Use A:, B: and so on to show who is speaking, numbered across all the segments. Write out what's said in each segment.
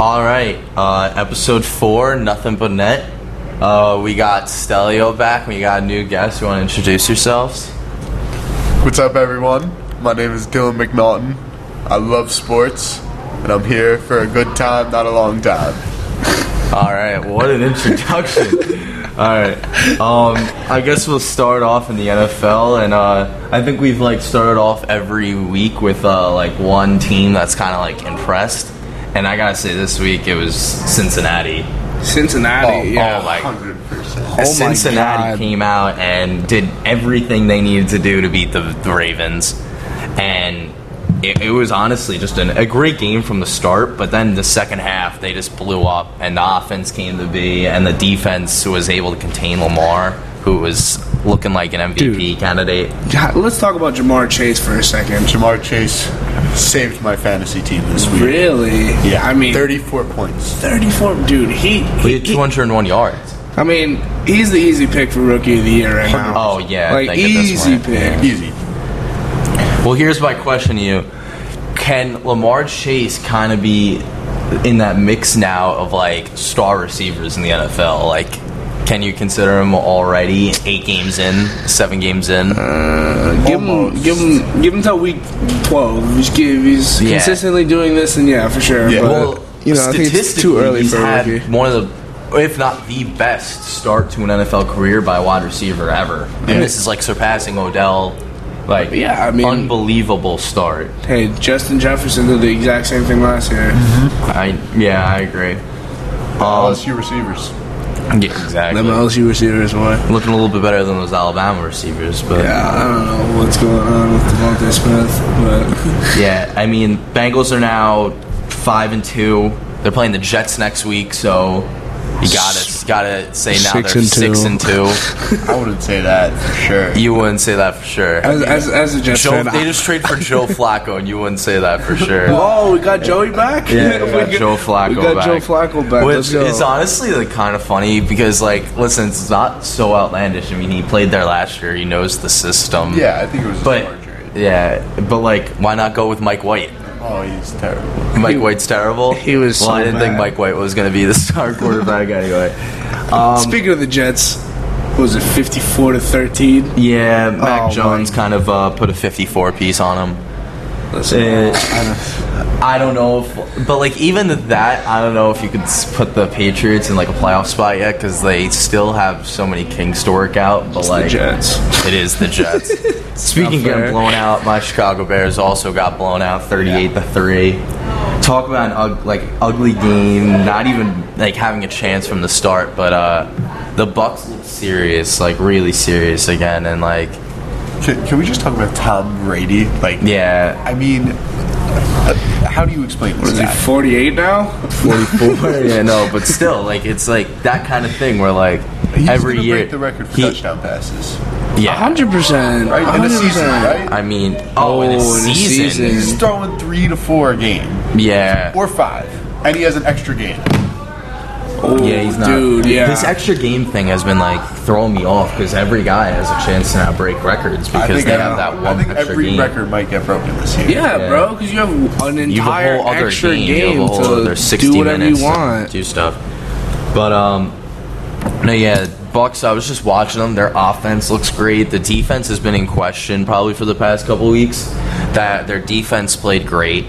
A: All right, uh, episode four, nothing but net. Uh, we got Stelio back. We got a new guest. You want to introduce yourselves?
B: What's up, everyone? My name is Dylan McNaughton. I love sports, and I'm here for a good time, not a long time.
A: All right, what an introduction. All right, um, I guess we'll start off in the NFL, and uh, I think we've like started off every week with uh, like one team that's kind of like impressed. And I gotta say, this week it was Cincinnati.
C: Cincinnati, yeah.
A: oh my
B: 100%.
C: my
A: Cincinnati
C: God.
A: came out and did everything they needed to do to beat the, the Ravens, and it, it was honestly just an, a great game from the start. But then the second half, they just blew up, and the offense came to be, and the defense was able to contain Lamar, who was looking like an MVP candidate.
C: God, let's talk about Jamar Chase for a second.
B: Jamar Chase saved my fantasy team this week.
C: Really?
B: Yeah,
C: I mean,
B: 34 points.
C: 34, dude. He,
A: He
C: he,
A: had 201 yards.
C: I mean, he's the easy pick for rookie of the year right now.
A: Oh, yeah, I
C: like
A: think at this
C: easy
A: point,
C: pick.
B: Easy.
A: Well, here's my question to you: Can Lamar Chase kind of be in that mix now of like star receivers in the NFL? Like, can you consider him already eight games in, seven games in?
C: Uh, Give him,
B: Almost.
C: give him, give him till week 12. He's, give, he's
A: Yeah.
C: consistently doing this, and yeah, for sure.
B: Yeah.
C: but-
A: well,
C: you know, I think it's
A: statistically,
C: too early
A: he's
C: for a
A: had
C: rookie.
A: one of the, if not the best start to an NFL career by a wide receiver ever, and this is like surpassing Odell. Like,
C: Yeah, I mean-
A: unbelievable start.
C: hey, Justin Jefferson did the exact same thing last year.
A: Mm-hmm. I yeah, I agree.
B: LSU receivers.
A: Yeah, exactly.
C: Them LSU receivers, boy.
A: looking a little bit better than those Alabama receivers, but yeah.
C: Yeah, I don't know what's going on with Devontae Smith, but
A: I mean, Bengals are now five and two. They're playing the Jets next week, so you gotta gotta say now
C: Six
A: they're
C: and
A: six
C: two.
A: and two.
B: I wouldn't say that for sure.
A: You wouldn't say that for sure.
C: as, as, as a Jets
A: Joe,
C: fan,
A: they
C: I-
A: just trade for Joe Flacco, and you wouldn't say that for sure.
C: Oh, we got Joey back.
A: Yeah, we got Joe Flacco
C: We got
A: back. um,
C: Joe Flacco back. Let's
A: Which
C: go.
A: is honestly like kind of funny because like listen, it's not so outlandish. I mean, he played there last year. He knows the system.
B: Yeah, I think it was a
A: but
B: Jamar trade.
A: yeah, but like, why not go with Mike White?
B: Oh, he's terrible.
A: Mike White's terrible.
C: he was
A: Well,
C: so
A: I didn't think
C: bad.
A: Mike White was going to be the star quarterback anyway.
C: Speaking of the Jets, what was it fifty-four to thirteen?
A: Yeah, Mac
C: Oh, my-
A: Jones kind of uh, put a 54 piece on him.
C: Listen,
A: Uh, I don't know if, but like even that, I don't know if you could s- put the Patriots in like a playoff spot yet because they still have so many kings to work out. But
C: the
A: like,
C: Jets.
A: it is the Jets. Speaking of
C: Not fair.
A: getting blown out, my Chicago Bears also got blown out, 38 to three. Talk about an ug- like ugly game, not even like having a chance from the start. But uh, the Bucks looked serious, like really serious again, and like
B: Can, can we just talk about Tom Brady? Like,
A: yeah,
B: I mean, uh, how do you explain this?
C: What is he
B: guy?
C: forty-eight now?
A: 44. yeah, no, but still, like it's like that kind of thing where like
B: He's
A: every
B: gonna
A: year
B: break the record for
A: he-
B: touchdown passes.
A: Yeah,
C: hundred percent.
B: Right in the season, right?
A: I mean, oh, in a
C: Oh, in
A: season,
C: a season.
B: He's throwing three to four a game
A: yeah,
B: or five, and he has an extra game.
C: Oh,
A: Yeah, he's not.
C: Dude, yeah.
A: This extra game thing has been like throwing me off because every guy has a chance to now break records because they
B: every-
A: have that one
B: I think
A: extra
B: every
A: game.
B: record might get broken this year.
C: yeah,
A: Yeah.
C: bro, because you have an
A: you have
C: entire
A: a whole other
C: extra
A: game, you have a whole other
C: to
A: 60
C: do whatever
A: minutes
C: you want.
A: to do stuff. But um, no, yeah, Bucks. I was just watching them. Their offense looks great. The defense has been in question probably for the past couple weeks. That their defense played great.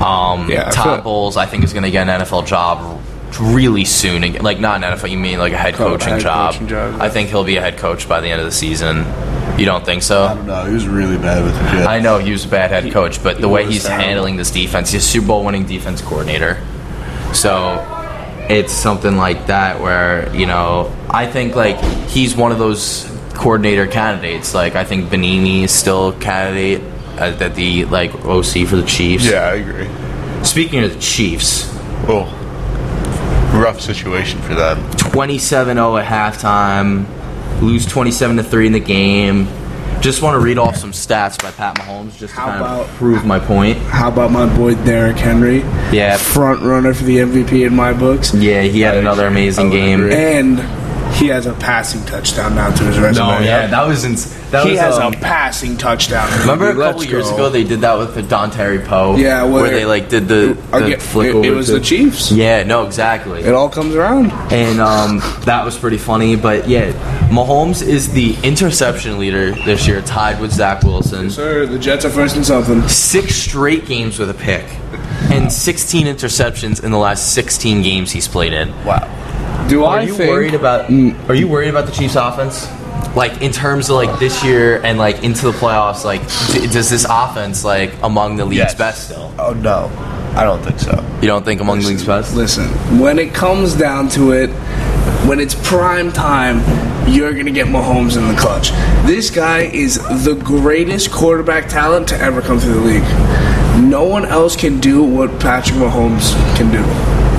A: Um,
C: Yeah, I
A: Todd
C: feel-
A: Bowles, I think, is going to get an NFL job really soon. Ag- Like not an NFL, you mean like a head
C: Co-
A: coaching
C: head
A: job?
C: coaching job, yeah.
A: I think he'll be a head coach by the end of the season. You don't think so?
B: I don't know. He was really bad with the Jets.
A: I know he was a bad head coach, but the way
B: was
A: he's
B: terrible.
A: handling this defense, he's a Super Bowl winning defense coordinator. So it's something like that where, you know, I think like he's one of those coordinator candidates. Like I think Benini is still a candidate at at the like OC for the Chiefs.
B: I agree.
A: Speaking of the Chiefs,
B: Well, rough situation for them.
A: 27-0 at halftime, lose 27 to 3 in the game. Just want to read off some stats by Pat Mahomes just to
C: How
A: kind of
C: about-
A: prove my point.
C: How about my boy Derrick Henry?
A: Yeah.
C: front runner for the MVP in my books.
A: oh, Yeah, he had another amazing game.
C: And He has a passing touchdown now to his resume.
A: No, yeah, that was ins- that
C: he
A: was.
C: has
A: um,
C: a passing touchdown.
A: remember a
C: Let's
A: couple years
C: go.
A: ago they did that with the Don Terry Poe.
C: Yeah, well,
A: where they like did the,
C: I
A: the
C: get-
A: flick
C: it-
A: over
C: it was
A: to-
C: the Chiefs.
A: Yeah, no, exactly.
C: It all comes around.
A: and um, that was pretty funny. But yeah, Mahomes is the interception leader this year, tied with Zach Wilson.
C: Sir, the Jets are first in something.
A: Six straight games with a pick, and 16 interceptions in the last 16 games he's played in.
B: Wow.
C: Do
A: Are
C: I
A: you
C: think?
A: worried about? Are you worried about the Chiefs' offense? Like in terms of like this year and like into the playoffs, like d- does this offense like among the league's
B: Yes.
A: best still?
B: Oh no, I don't think so.
A: You don't think among the league's best?
C: Listen, when it comes down to it, when it's prime time, you're going to get Mahomes in the clutch. This guy is the greatest quarterback talent to ever come through the league. No one else can do what Patrick Mahomes can do.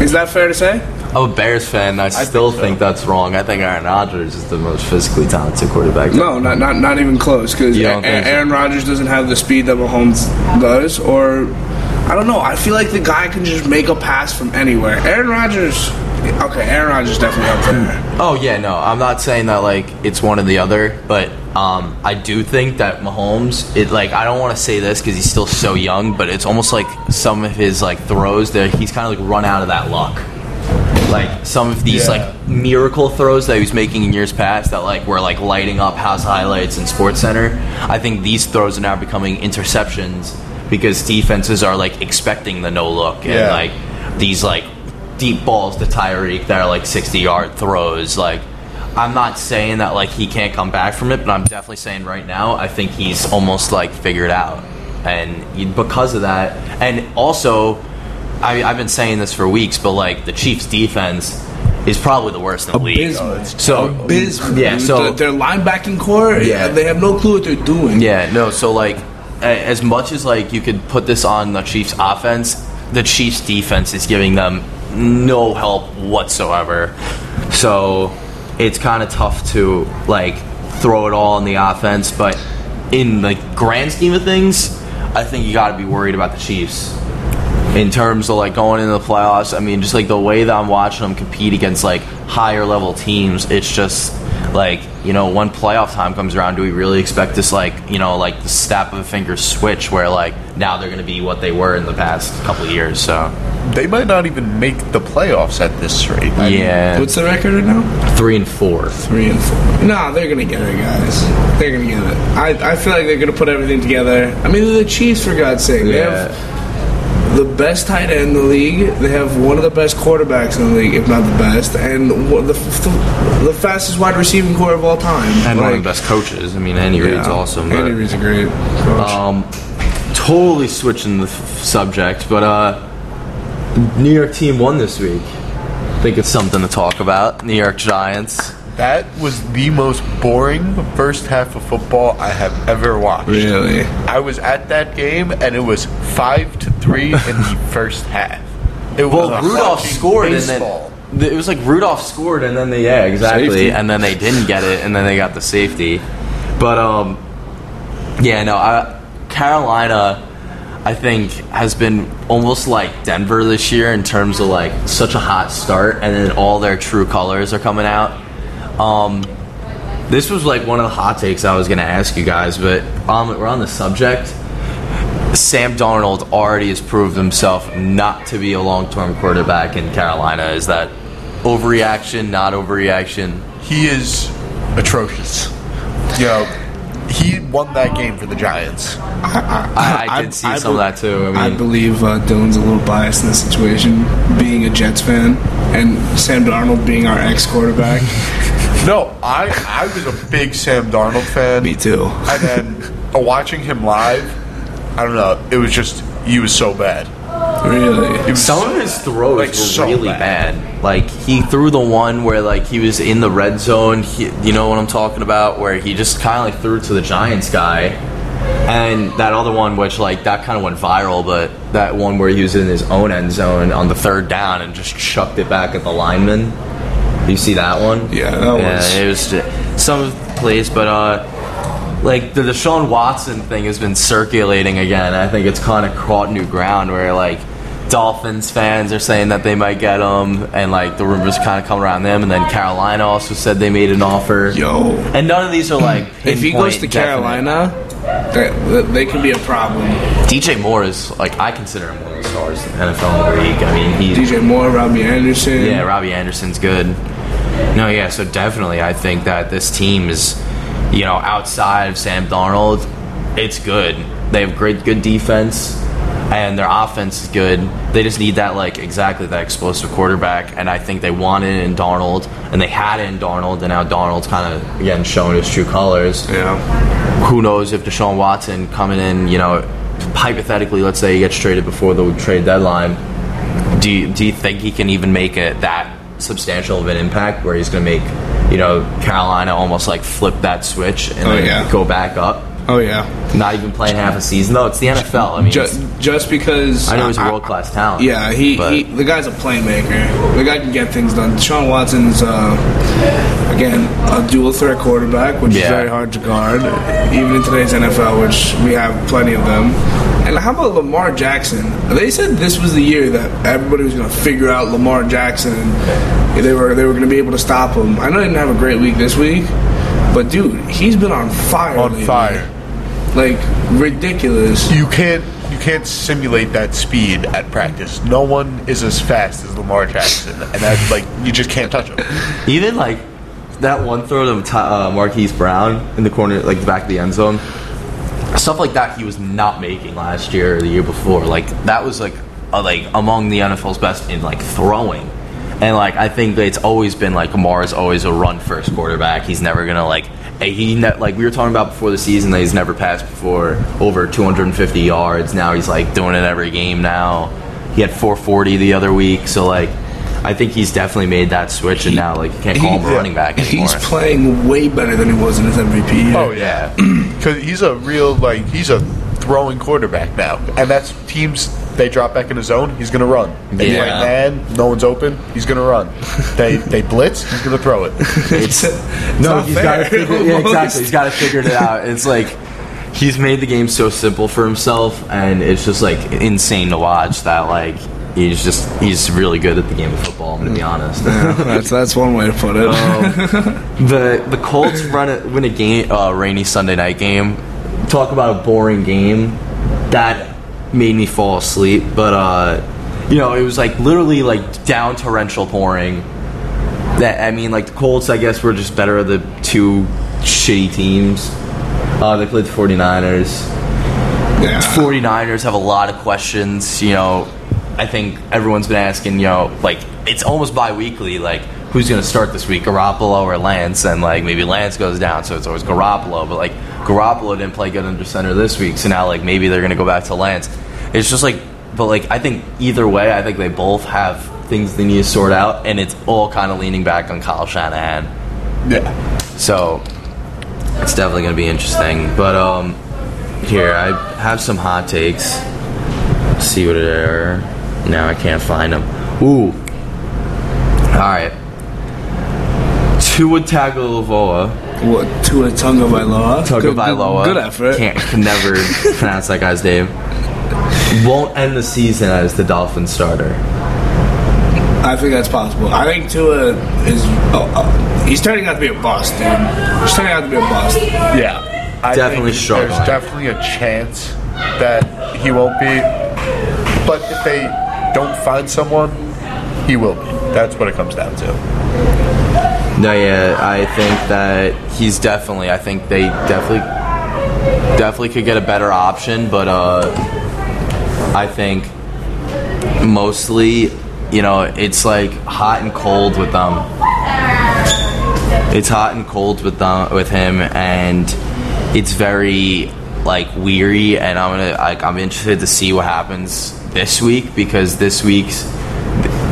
C: Is that fair to say?
A: I'm a Bears fan. and I, still think,
B: so.
A: that's wrong. I think Aaron Rodgers is the most physically talented quarterback.
C: No, not not, not even close. Because
A: You don't think so?
C: Aaron Rodgers doesn't have the speed that Mahomes does, or I don't know. I feel like the guy can just make a pass from anywhere. Aaron Rodgers, okay, Aaron Rodgers definitely up there.
A: Oh yeah, no. I'm not saying that like it's one or the other, but um, I do think that Mahomes. It like I don't want to say this because he's still so young, but it's almost like some of his like throws that he's kind of like run out of that luck. Like some of these
B: Yeah.
A: like miracle throws that he was making in years past that like were like lighting up house highlights and Sports Center. I think these throws are now becoming interceptions because defenses are like expecting the no look and
B: Yeah.
A: like these like deep balls to Tyreek that are like 60 yard throws. Like, I'm not saying that like he can't come back from it, but I'm definitely saying right now I think he's almost like figured out, and you- because of that, and also I, I've been saying this for weeks, but like the Chiefs defense is probably the worst in the league.
C: Abysmal.
A: So
C: Abysmal.
A: Yeah. So
C: Their- their linebacking core,
A: Yeah.
C: yeah, they have no clue what they're doing.
A: yeah, no. So like, a- as much as like you could put this on the Chiefs' offense, the Chiefs' defense is giving them no help whatsoever. So it's kind of tough to like throw it all on the offense, but in the grand scheme of things, I think you got to be worried about the Chiefs in terms of like going into the playoffs. I mean, just like the way that I'm watching them compete against like higher level teams, it's just like you know when playoff time comes around, do we really expect this like you know like the snap of a finger switch where like now they're going to be what they were in the past couple of years? So
B: They might not even make the playoffs at this rate. I mean,
A: yeah,
C: What's the record right now?
A: three and four.
C: Three and four. No, they're gonna get it, guys. They're gonna get it. I, I feel like they're gonna put everything together. I mean, they're the Chiefs for God's sake. They have the best tight end in the league. They have one of the best quarterbacks in the league, if not the best, and one, the, f- the fastest wide receiving core of all time.
A: and one of
C: Like,
A: the best coaches. I mean, Andy Reid's
C: yeah.
A: awesome.
C: Andy
A: but-
C: Reid's a great coach.
A: Um, totally switching the f- subject, but uh, New York team won this week. I think it's something to talk about. New York Giants.
B: That was the most boring first half of football I have ever watched.
C: really?
B: I was at that game and it was five to three in the first half. It
A: Well,
B: was
A: Rudolph
B: fucking
A: scored,
B: baseball.
A: and then it was like Rudolph scored, and then they yeah exactly,
C: Safety.
A: and then they didn't get it, and then they got the safety. But um, yeah, no, I, Carolina, I think has been almost like Denver this year in terms of like such a hot start, and then all their true colors are coming out. Um, this was like one of the hot takes I was gonna ask you guys, but um, we're on the subject. Sam Darnold already has proved himself not to be a long-term quarterback in Carolina. Is that overreaction? Not overreaction?
B: He is atrocious. Yo, he won that game for the Giants.
A: I, I did see
C: I
A: some of
C: be-
A: that too. I mean,
C: I believe uh, Dylan's a little biased in this situation, being a Jets fan, and Sam Darnold being our ex quarterback.
B: No, I I was a big Sam Darnold fan.
C: Me too.
B: And then uh, watching him live, I don't know. It was just he was so bad.
C: Really?
B: It was
A: Some of his throws
B: like,
A: were
B: so
A: really bad.
B: bad.
A: Like he threw the one where like he was in the red zone. He, you know what I'm talking about? Where he just kind of like threw it to the Giants guy, and that other one, which like that kind of went viral. But that one where he was in his own end zone on the third down and just chucked it back at the lineman. You see that one?
C: Yeah, that was-
A: It was ju- some of the plays, but uh, like the Deshaun Watson thing has been circulating again. I think it's kind of caught new ground where like Dolphins fans are saying that they might get him, and like the rumors kind of come around them. And then Carolina also said they made an offer.
C: Yo.
A: And none of these are like.
C: If he goes to
A: pinpoint definite.
C: Carolina, that, that they could be a problem.
A: DJ Moore is like I consider him one of the stars in the NFL in the league. I mean, he's
C: DJ Moore, Robbie Anderson.
A: Yeah, Robbie Anderson's good. No, yeah, so definitely I think that this team is, you know, outside of Sam Darnold, it's good. They have great good defense and their offense is good. They just need that like exactly that explosive quarterback and I think they want it in Darnold and they had it in Darnold and now Darnold's kinda again showing his true colors
C: Yeah.
A: who knows if Deshaun Watson coming in, you know, hypothetically, let's say he gets traded before the trade deadline. Do you, do you think he can even make it that substantial of an impact where he's going to make, you know, Carolina almost like flip that switch and
C: Oh,
A: then
C: yeah.
A: go back up?
C: Oh yeah.
A: Not even playing half a season. No, it's the NFL. I mean,
C: Just just because
A: I know he's a world class talent.
C: Yeah, he,
A: but-
C: he the guy's a playmaker. The guy can get things done. Deshaun Watson's uh, again a dual threat quarterback, which is
A: Yeah.
C: very hard to guard, even in today's NFL, which we have plenty of them. And how about Lamar Jackson? They said this was the year that everybody was going to figure out Lamar Jackson. and They were they were going to be able to stop him. I know he didn't have a great week this week, but dude, he's been on fire.
B: On
C: lately.
B: fire.
C: like ridiculous.
B: You can't you can't simulate that speed at practice. No one is as fast as Lamar Jackson, and that like you just can't touch him.
A: Even like that one throw to Ty- uh, Marquise Brown in the corner, like the back of the end zone, stuff like that he was not making last year or the year before. Like that was like uh, like among the NFL's best in like throwing. And like I think that it's always been like Kamara's always a run first quarterback. He's never gonna like eh, he ne- like we were talking about before the season that he's never passed before over 250 yards. Now he's like doing it every game. Now he had 440 the other week. So like I think he's definitely made that switch and now like you can't call him a
B: yeah.
A: running back anymore.
C: He's playing way better than he was in his MVP. year.
B: Oh yeah, because he's a real like he's a throwing quarterback now, and that's teams they drop back in the zone. He's gonna run. They play
A: Yeah.
B: man, no one's open. He's gonna run. they they blitz. He's gonna throw it.
A: It's, no,
C: not
A: he's
C: fair,
A: got to figure. Yeah,
C: almost.
A: exactly. He's got to figure it out. It's like he's made the game so simple for himself, and it's just like insane to watch. That like he's just he's really good at the game of football. I'm gonna be honest.
C: that's that's one way to put it.
A: Oh. the the Colts run a, win a game, uh, rainy Sunday night game. Talk about a boring game. That made me fall asleep. But uh, you know, it was like literally like down torrential pouring. That I mean, like the Colts, I guess, were just better of the two shitty teams. Uh, they played the 49ers.
C: yeah.
A: 49ers have a lot of questions. You know, I think everyone's been asking, you know, like, it's almost bi weekly, like, who's going to start this week, Garoppolo or Lance? And, like, maybe Lance goes down, so it's always Garoppolo. But, like, Garoppolo didn't play good under center this week, so now, like, maybe they're going to go back to Lance. It's just like, but, like, I think either way, I think they both have things they need to sort out, and it's all kind of leaning back on Kyle Shanahan.
B: Yeah,
A: So it's definitely going to be interesting. But um, here I have some hot takes. see what they are. Now I can't find them. Ooh. All right. Tua Tagovailoa,
C: What Tua Tonga Vailoa? Good-
A: Tagovailoa.
C: Good, good effort.
A: Can't can never pronounce that guy's name. Won't end the season as the Dolphin starter.
C: I think that's possible. I think Tua is. Oh, oh, he's turning out to be a bust, dude. He's turning out to be a bust.
B: yeah. I
A: Definitely
B: think
A: struggling.
B: There's definitely a chance that he won't be, but if they don't find someone, he will be. That's what it comes down to.
A: No, yeah, I think that he's definitely. I think they definitely, definitely could get a better option, but uh, I think mostly, you know, it's like hot and cold with them. It's hot and cold with them, with him, and it's very like weary. And I'm gonna, like, I'm interested to see what happens this week because this week's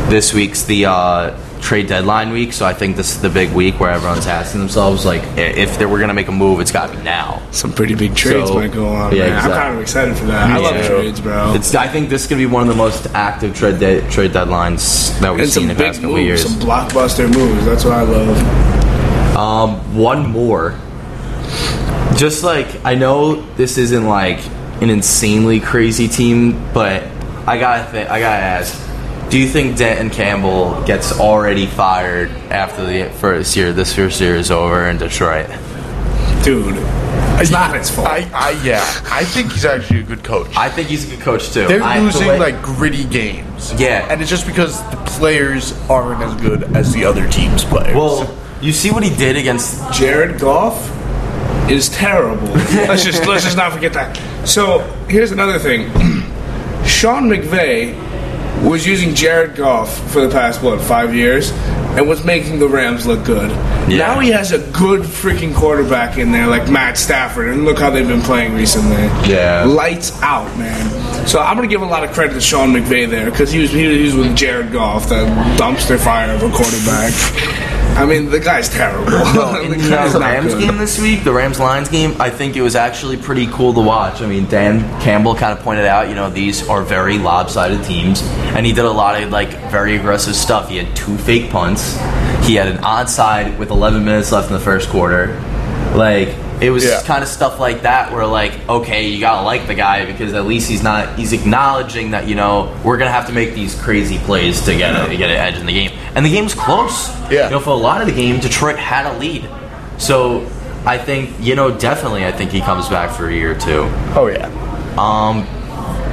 A: this week's the uh, trade deadline week, so I think this is the big week where everyone's asking themselves, like, i- if they were gonna make a move, it's got to be now.
C: Some pretty big trades
A: So-
C: might go on.
A: Yeah,
C: man.
A: exactly.
C: I'm kind of excited for that. I love
A: Yeah.
C: trades, bro.
A: It's, I think this is gonna be one of the most active trade de- trade deadlines that we've
C: and
A: seen
C: some
A: in the
C: big
A: past couple
C: moves,
A: years.
C: some blockbuster moves. That's what I love.
A: Um, one more. Just like I know this isn't like an insanely crazy team, but I gotta think. I gotta ask. Do you think Denton Campbell gets already fired after the first year? This first year is over in Detroit.
C: Dude, it's not his fault.
B: I, I yeah, I think he's actually a good coach.
A: I think he's a good coach too.
B: They're
A: I- the
B: losing
A: way-
B: like gritty games.
A: Yeah.
B: and it's just because the players aren't as good as the other team's players.
A: Well, you see what he did against
C: Jared Goff is terrible. let's just let's just not forget that. So here's another thing. Sean McVay was using Jared Goff for the past what five years and was making the Rams look good.
A: Yeah.
C: Now he has a good freaking quarterback in there like Matt Stafford, and look how they've been playing recently.
A: Yeah.
C: lights out, man. So I'm gonna give a lot of credit to Sean McVay there because he was he was with Jared Goff, that dumpster fire of a quarterback. I mean, the guy's terrible.
A: in
C: the
A: the uh,
C: guy's not
A: Rams
C: good.
A: game this week, the Rams Lions game, I think it was actually pretty cool to watch. I mean, Dan Campbell kind of pointed out, you know, these are very lopsided teams, and he did a lot of like very aggressive stuff. He had two fake punts, he had an onside with 11 minutes left in the first quarter. Like it was
B: Yeah.
A: kind of stuff like that where like, okay, you gotta like the guy because at least he's not he's acknowledging that you know we're gonna have to make these crazy plays to get a, to get an edge in the game, and the game's close.
B: Yeah.
A: You know, for a lot of the game, Detroit had a lead. So I think, you know, definitely I think he comes back for a year or two.
B: oh yeah,
A: Um,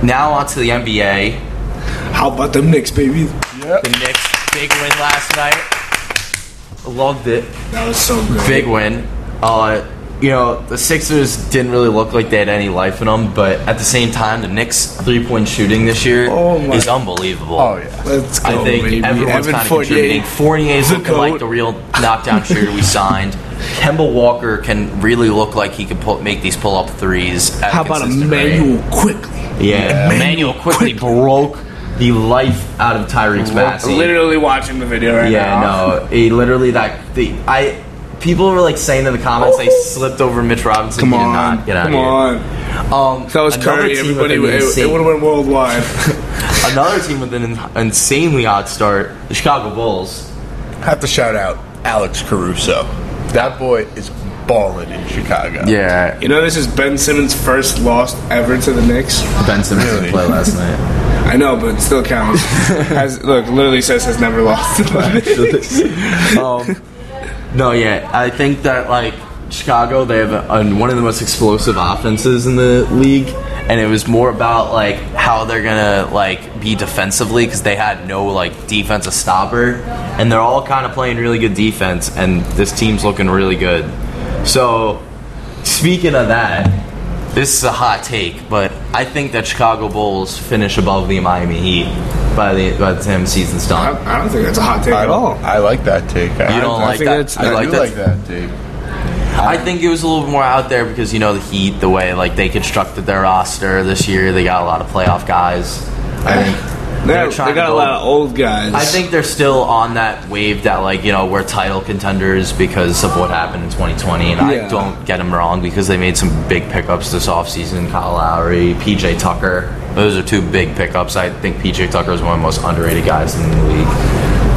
A: now on to the NBA.
C: How about them Knicks, baby?
A: The Knicks, big win last night. Loved it.
C: That was so good.
A: Big win. Uh, you know, the Sixers didn't really look like they had any life in them, but at the same time, the Knicks' three point shooting this year
C: Oh my-
A: is unbelievable.
B: oh yeah.
C: Let's go,
A: I think
C: baby.
A: everyone's
C: Evan
A: kind of
C: Fournier.
A: contributing. Fournier is
C: The
A: looking like
C: goat.
A: the real knockdown shooter we signed. Kemba Walker can really look like he could pull, make these pull up threes. At
C: How about
A: a
C: Emmanuel quickly?
A: Yeah, Emmanuel quickly broke the life out of Tyreek's Maxey.
C: Literally watching the video right
A: Yeah,
C: now.
A: no, he literally that the I people were like saying in the comments they slipped over Mitch Robinson.
C: Come
A: He did
C: on,
A: not get out
C: come
A: of here.
C: on.
A: Um,
C: If that was
A: another
C: Curry,
A: team
C: everybody.
A: with an
C: It,
A: insane-
C: would have went worldwide.
A: another team with an in- insanely odd start, the Chicago Bulls.
B: Have to shout out Alex Caruso. That boy is balling in Chicago.
A: Yeah,
C: you know, this is Ben Simmons' first loss ever to the Knicks.
A: Ben Simmons
B: Really?
A: didn't play last night.
C: I know, but it still counts. Has, look, literally says has never lost. to the Knicks.
A: um, no, yeah, I think that like Chicago, they have a, an- one of the most explosive offenses in the league, and it was more about like how they're gonna like be defensively because they had no like defensive stopper, and they're all kind of playing really good defense, and this team's looking really good. So, speaking of that. This is a hot take, but I think that Chicago Bulls finish above the Miami Heat by the by the time the season's
C: I,
A: done.
C: I don't think that's a hot take
B: I
C: at all.
B: don't. I like that take. I,
A: You don't
B: I
A: like
C: think
A: that?
C: that's-
B: I,
A: You
B: do like that take.
A: I think it was a little more out there because you know the Heat, the way like they constructed their roster this year, they got a lot of playoff guys. I think
C: They,
A: they're
C: they
A: trying
C: got
A: to
C: a
A: build-
C: lot of old guys.
A: I think they're still on that wave that like you know we're title contenders because of what happened in 2020, and
C: Yeah.
A: I don't get them wrong because they made some big pickups this offseason. Kyle Lowry, PJ Tucker, those are two big pickups. I think PJ Tucker is one of the most underrated guys in the league.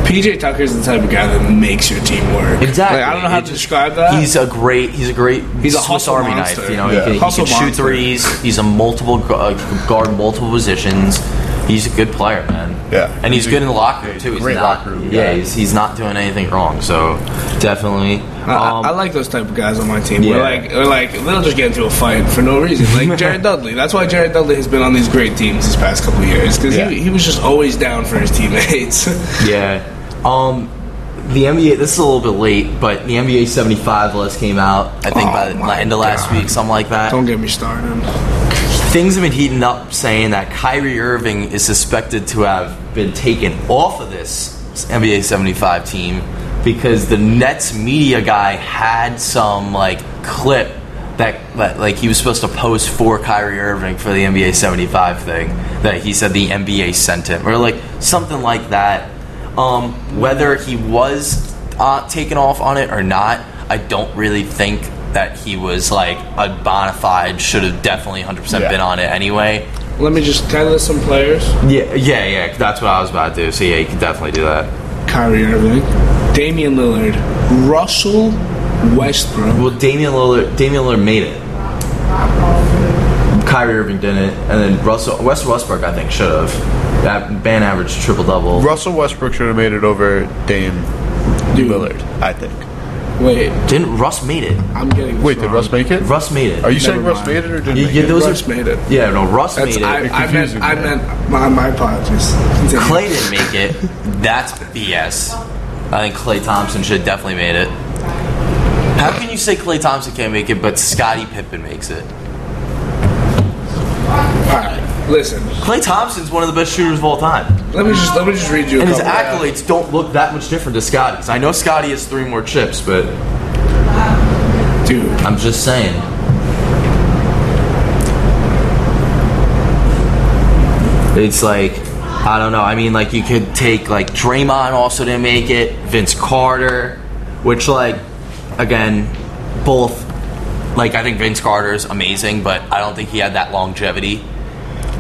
C: PJ Tucker's the type of guy that makes your team work.
A: Exactly.
C: Like, I don't know how
A: It
C: to
A: just-
C: describe that.
A: He's a great. He's a great.
C: He's a
A: Swiss
C: hustle
A: Army
C: monster.
A: knife. You know,
B: Yeah.
A: he can, he
C: Hustle
A: can shoot
C: monster.
A: threes. He's a multiple gu- uh, can guard multiple positions. He's a good player, man.
B: Yeah.
A: and he's,
B: He's a
A: good in the locker room too. He's
B: great
A: not,
B: locker room
A: Yeah,
B: guy.
A: he's, he's not doing anything wrong. So definitely.
C: I, I-
A: Um,
C: I like those type of guys on my team.
A: Yeah.
C: We're like, we're like, they'll just get into a fight for no reason. Like Jared Dudley. That's why Jared Dudley has been on these great teams these past couple of years because
B: Yeah.
C: he, he was just always down for his teammates.
A: Yeah. Um, the NBA. This is a little bit late, but the NBA 75 list came out. I think
C: Oh
A: by the
C: my
A: end of last
C: God.
A: week, something like that.
C: don't get me started.
A: Things have been heating up saying that Kyrie Irving is suspected to have been taken off of this NBA 75 team because the Nets media guy had some like clip that, that like he was supposed to post for Kyrie Irving for the NBA 75 thing that he said the NBA sent him or like something like that. Um, whether he was uh, taken off on it or not, I don't really think that he was like a bona fide should have definitely 100%
B: Yeah.
A: been on it anyway.
C: Let me just kind of list some players.
A: Yeah, yeah, yeah. That's what I was about to do. So yeah, you could definitely do that.
C: Kyrie Irving, Damian Lillard, Russell Westbrook.
A: Well, Damian Lillard, Damian Lillard made it. Kyrie Irving didn't, and then Russell West Westbrook I think should have. That ban average triple double.
B: Russell Westbrook should have made it over Dame
C: Dude.
B: Lillard, I think.
C: Wait,
A: Didn't Russ made it?
C: I'm getting. This
B: Wait, did
C: wrong.
B: Russ make it?
A: Russ made it.
B: Are you saying
C: Never
B: Russ
C: mind.
B: made it or didn't?
A: Yeah,
B: make
A: yeah,
B: it?
A: those
C: Russ
A: are
C: made it.
A: Yeah, no, Russ
C: That's
A: made it.
C: I, I meant.
B: confusing
C: I
B: me.
C: meant. My, my apologies. Continue.
A: Clay didn't make it. That's BS. I think Clay Thompson should have definitely made it. How can you say Clay Thompson can't make it, but Scottie Pippen makes it?
C: All right, listen.
A: Clay Thompson's one of the best shooters of all time,
C: Let me just let me just read you. A
A: and his
C: couple.
A: accolades don't look that much different to Scottie's. I know Scottie has three more chips, but
C: dude.
A: I'm just saying. It's like I don't know. I mean, like you could take like Draymond also didn't make it, Vince Carter, which like again, both like I think Vince Carter's amazing, but I don't think he had that longevity.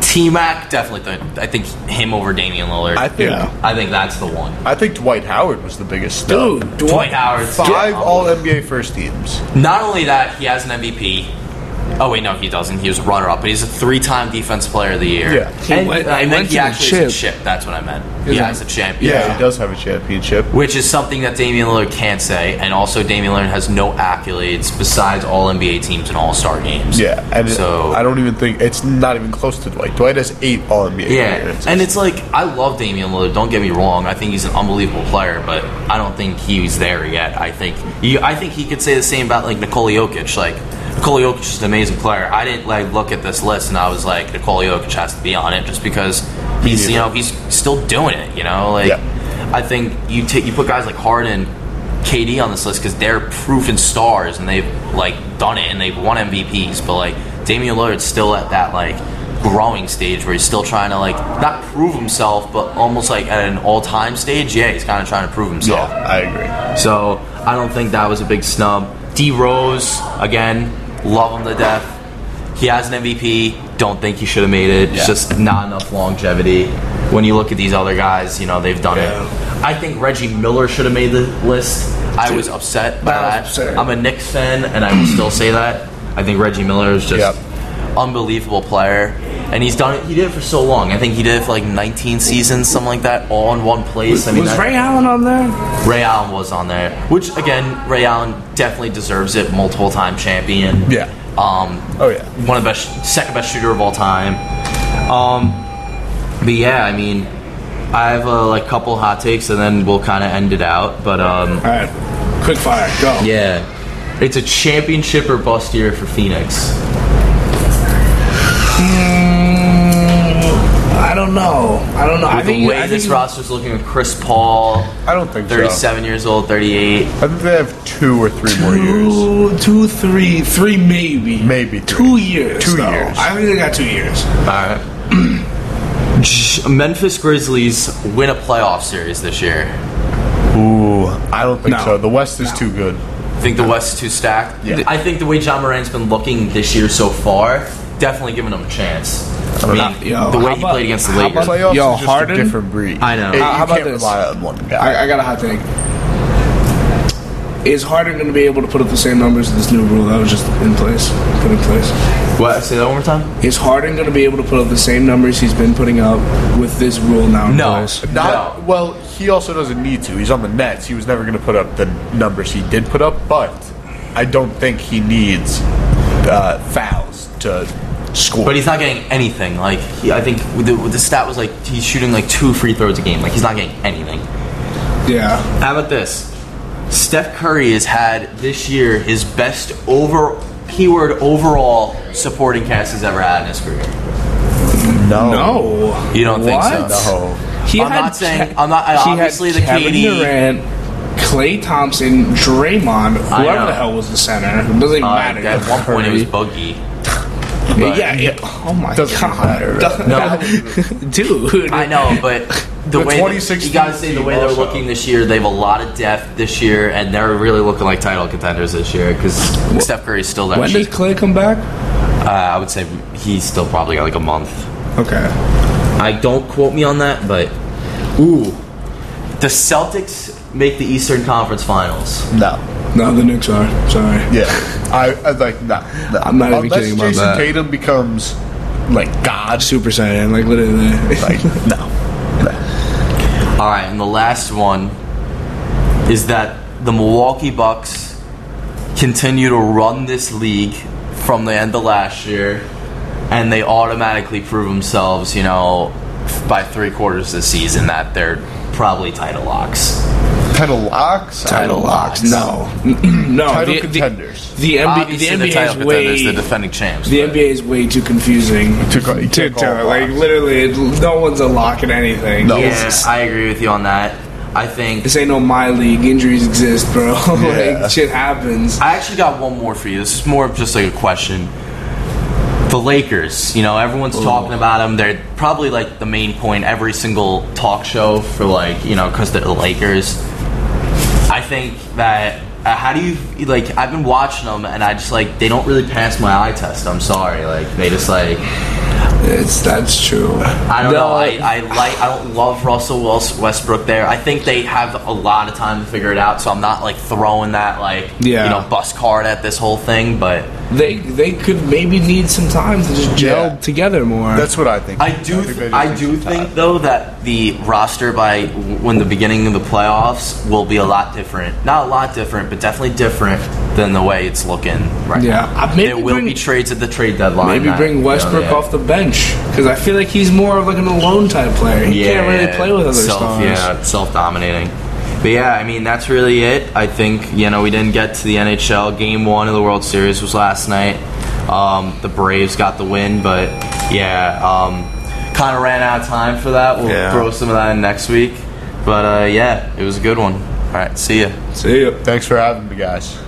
A: T Mac definitely. Th- I think him over Damian Lillard.
B: I
A: I,
B: think
C: Yeah.
A: think that's the one.
B: I think Dwight Howard was the biggest snub.
C: Dude,
A: Dwight
C: Dwight.
A: Howard.
B: Five
A: Yeah.
B: All NBA first teams.
A: Not only that, he has an MVP. Oh wait, no, he doesn't. He was a runner-up, but he's a three-time Defense Player of the Year.
B: Yeah.
C: He
A: and,
C: went-
A: I
C: he
A: meant
C: went
A: he
C: to the
A: actually has a
C: chip.
A: chip. That's what I meant. He
C: Isn't
A: has a
C: it?
A: champion,
B: Yeah,
C: Yeah.
B: he does have a championship.
A: which is something that Damian Lillard can't say. And also, Damian Lillard has no accolades besides All NBA teams and All Star games.
B: Yeah, and
A: so
B: I don't even think it's not even close to Dwight. Dwight has eight All NBA
A: Yeah,
B: appearances.
A: and it's like I love Damian Lillard. Don't get me wrong; I think he's an unbelievable player, but I don't think he's there yet. I think you, I think he could say the same about like Nikola Jokic. Like Nikola Jokic is an amazing player. I didn't like look at this list and I was like, Nikola Jokic has to be on it just because he's you know he's still doing it. You know, like
B: Yeah.
A: I think you take you put guys like Harden. KD on this list because they're proven stars and they've like done it and they've won MVPs, but like Damian Lillard's still at that like growing stage where he's still trying to like not prove himself, but almost like at an all time stage. Yeah, he's kind of trying to prove
B: yeah,
A: himself.
B: I agree.
A: So I don't think that was a big snub. D Rose again, love him to death. He has an MVP. Don't think he should have made it. It's
B: Yeah.
A: just not enough longevity. When you look at these other guys, you know they've done
C: Yeah.
A: it. I think Reggie Miller should have made the list. I was upset by
C: That was
A: that.
C: absurd.
A: I'm a Knicks fan, and I will still say that. I think Reggie Miller is just
B: Yep.
A: unbelievable player, and he's done it. He did it for so long. I think he did it for like 19 seasons, something like that, all in one place. I mean,
C: was
A: that-
C: Ray Allen on there?
A: Ray Allen was on there, which again, Ray Allen definitely deserves it. Multiple time champion.
B: Yeah.
A: Um,
B: Oh, yeah.
A: One of the best, second best shooter of all time. Um, but yeah, I mean, I have a like couple hot takes, and then we'll kind of end it out. But um,
C: All right, quick fire, go.
A: yeah, it's a championship or bust year for Phoenix.
C: I don't know. I don't know. I
A: With the
C: think,
A: way
C: I think
A: this roster's looking, with Chris Paul,
B: I don't think so.
A: 37 years old, 38.
B: I think they have two or three more years.
C: two, two, three, three, maybe,
B: Maybe three.
C: two years.
B: Two
C: though.
B: years.
C: I think they got two years.
A: All right. Memphis Grizzlies win a playoff series this year.
B: Ooh, I don't think
C: No.
B: so. The West is
C: No.
B: too good.
A: Think the West is too stacked.
B: Yeah.
A: I think the way John Moran's been looking this year so far, definitely giving him a chance. I mean,
C: Yo,
A: the way
C: how
A: he
C: about-
A: played against the
C: how
A: Lakers.
C: about-
B: Playoffs
C: Yo,
B: is just
C: Harden?
B: a different breed.
A: I know.
B: It-
A: How-
B: you
C: how about
B: can't
C: this?
B: rely on one guy.
C: I, I got a hot take. Is Harden going to be able to put up the same numbers in this new rule that was just in place? Put in place.
A: what? Say that one more time.
C: Is Harden going to be able to put up the same numbers he's been putting up with this rule now? in
A: No.
C: place?
B: Not
A: No.
B: well. He also doesn't need to. He's on the Nets. He was never going to put up the numbers he did put up, but I don't think he needs uh, fouls to score.
A: But he's not getting anything. Like he, I think the, the stat was like he's shooting like two free throws a game. Like he's not getting anything.
C: Yeah.
A: How about this? Steph Curry has had this year his best over keyword overall supporting cast he's ever had in his career.
B: no,
C: No.
A: You don't think so?
C: Oh. What?
B: no.
C: He
A: I'm
C: had
A: not saying-
C: Ke-
A: I'm not- I-
C: he
A: obviously the
C: had Kevin
A: KD
C: Durant, Clay Thompson, Draymond,
A: I
C: whoever
A: know.
C: the hell was the center. It doesn't even
A: Uh,
C: matter.
A: at one point it was Boogie. But-
C: yeah, yeah. Oh my
B: Doesn't
C: god.
B: matter, right?
C: No. Dude.
A: I know, but the,
B: The
A: way
B: 2016
A: you gotta say the way they're
B: also.
A: looking this year, they have a lot of depth this year, and they're really looking like title contenders this year because Steph Curry's still that
C: When does
A: cheap.
C: Clay come back?
A: Uh, I would say he's still probably got like a month.
C: Okay.
A: I don't quote me on that, but ooh, the Celtics make the Eastern Conference Finals.
B: No.
C: No, the Knicks are. Sorry.
B: Yeah, I, I like no. no.
C: I'm not even
B: Unless
C: kidding about
B: Jason
C: that.
B: Tatum becomes like God.
C: Super Saiyan, like literally.
B: Like no.
A: All right, and the last one is that the Milwaukee Bucks continue to run this league from the end of last year, and they automatically prove themselves, you know, by three quarters of the season that they're probably title locks.
B: Title locks.
C: title locks. No, no.
B: Title
C: the,
B: contenders.
C: The, the NBA, the
A: Obviously, the
C: NBA
A: title
C: is way
A: contenders, the defending champs.
C: the
A: but-
C: NBA is way too confusing.
B: To call- you
C: To,
B: can't call
C: to-
B: it
C: like
B: locks.
C: literally, it- no one's a lock in anything.
B: No.
C: It's
A: Yeah,
C: just-
A: I agree with you on that. I think
C: this ain't no my league. Injuries exist, bro.
B: Yeah.
C: like shit happens.
A: I actually got one more for you. This is more of just like a question. The Lakers, you know, everyone's talking about them. They're probably like the main point every single talk show for like, you know, because they're the Lakers. I think that uh, how do you like? I've been watching them, and I just like they don't really pass my eye test. I'm sorry, like they just like
C: It's that's true.
A: I don't
C: No,
A: know. I, I like. I don't love Russell Wels- Westbrook there. I think they have a lot of time to figure it out. So I'm not like throwing that like
C: Yeah.
A: you know bus card at this whole thing. But
C: they they could maybe need some time to just gel
B: Yeah.
C: together more.
B: That's what I think.
A: I do.
B: think they
A: Th-
B: just
A: I
B: need
A: do
B: some time.
A: think though that the roster by when the beginning of the playoffs will be a lot different. Not a lot different, but definitely different than the way it's looking right
C: Yeah.
A: now.
C: Uh, maybe
A: there will
C: bring-
A: be trades at the trade deadline.
C: Maybe
A: that, you
C: bring
A: know,
C: Westbrook
A: yeah.
C: off the bench because I feel like he's more of like an alone type player. He can't really play with other
A: self,
C: stars.
A: Yeah, self-dominating. But yeah, I mean that's really it. I think you know we didn't get to the NHL game one of the World Series was last night. Um, the Braves got the win, but yeah, um, kind of ran out of time for that. We'll
B: Yeah.
A: throw some of that in next week. But uh, yeah, it was a good one. All right, see ya.
C: See ya.
B: Thanks for having me, guys.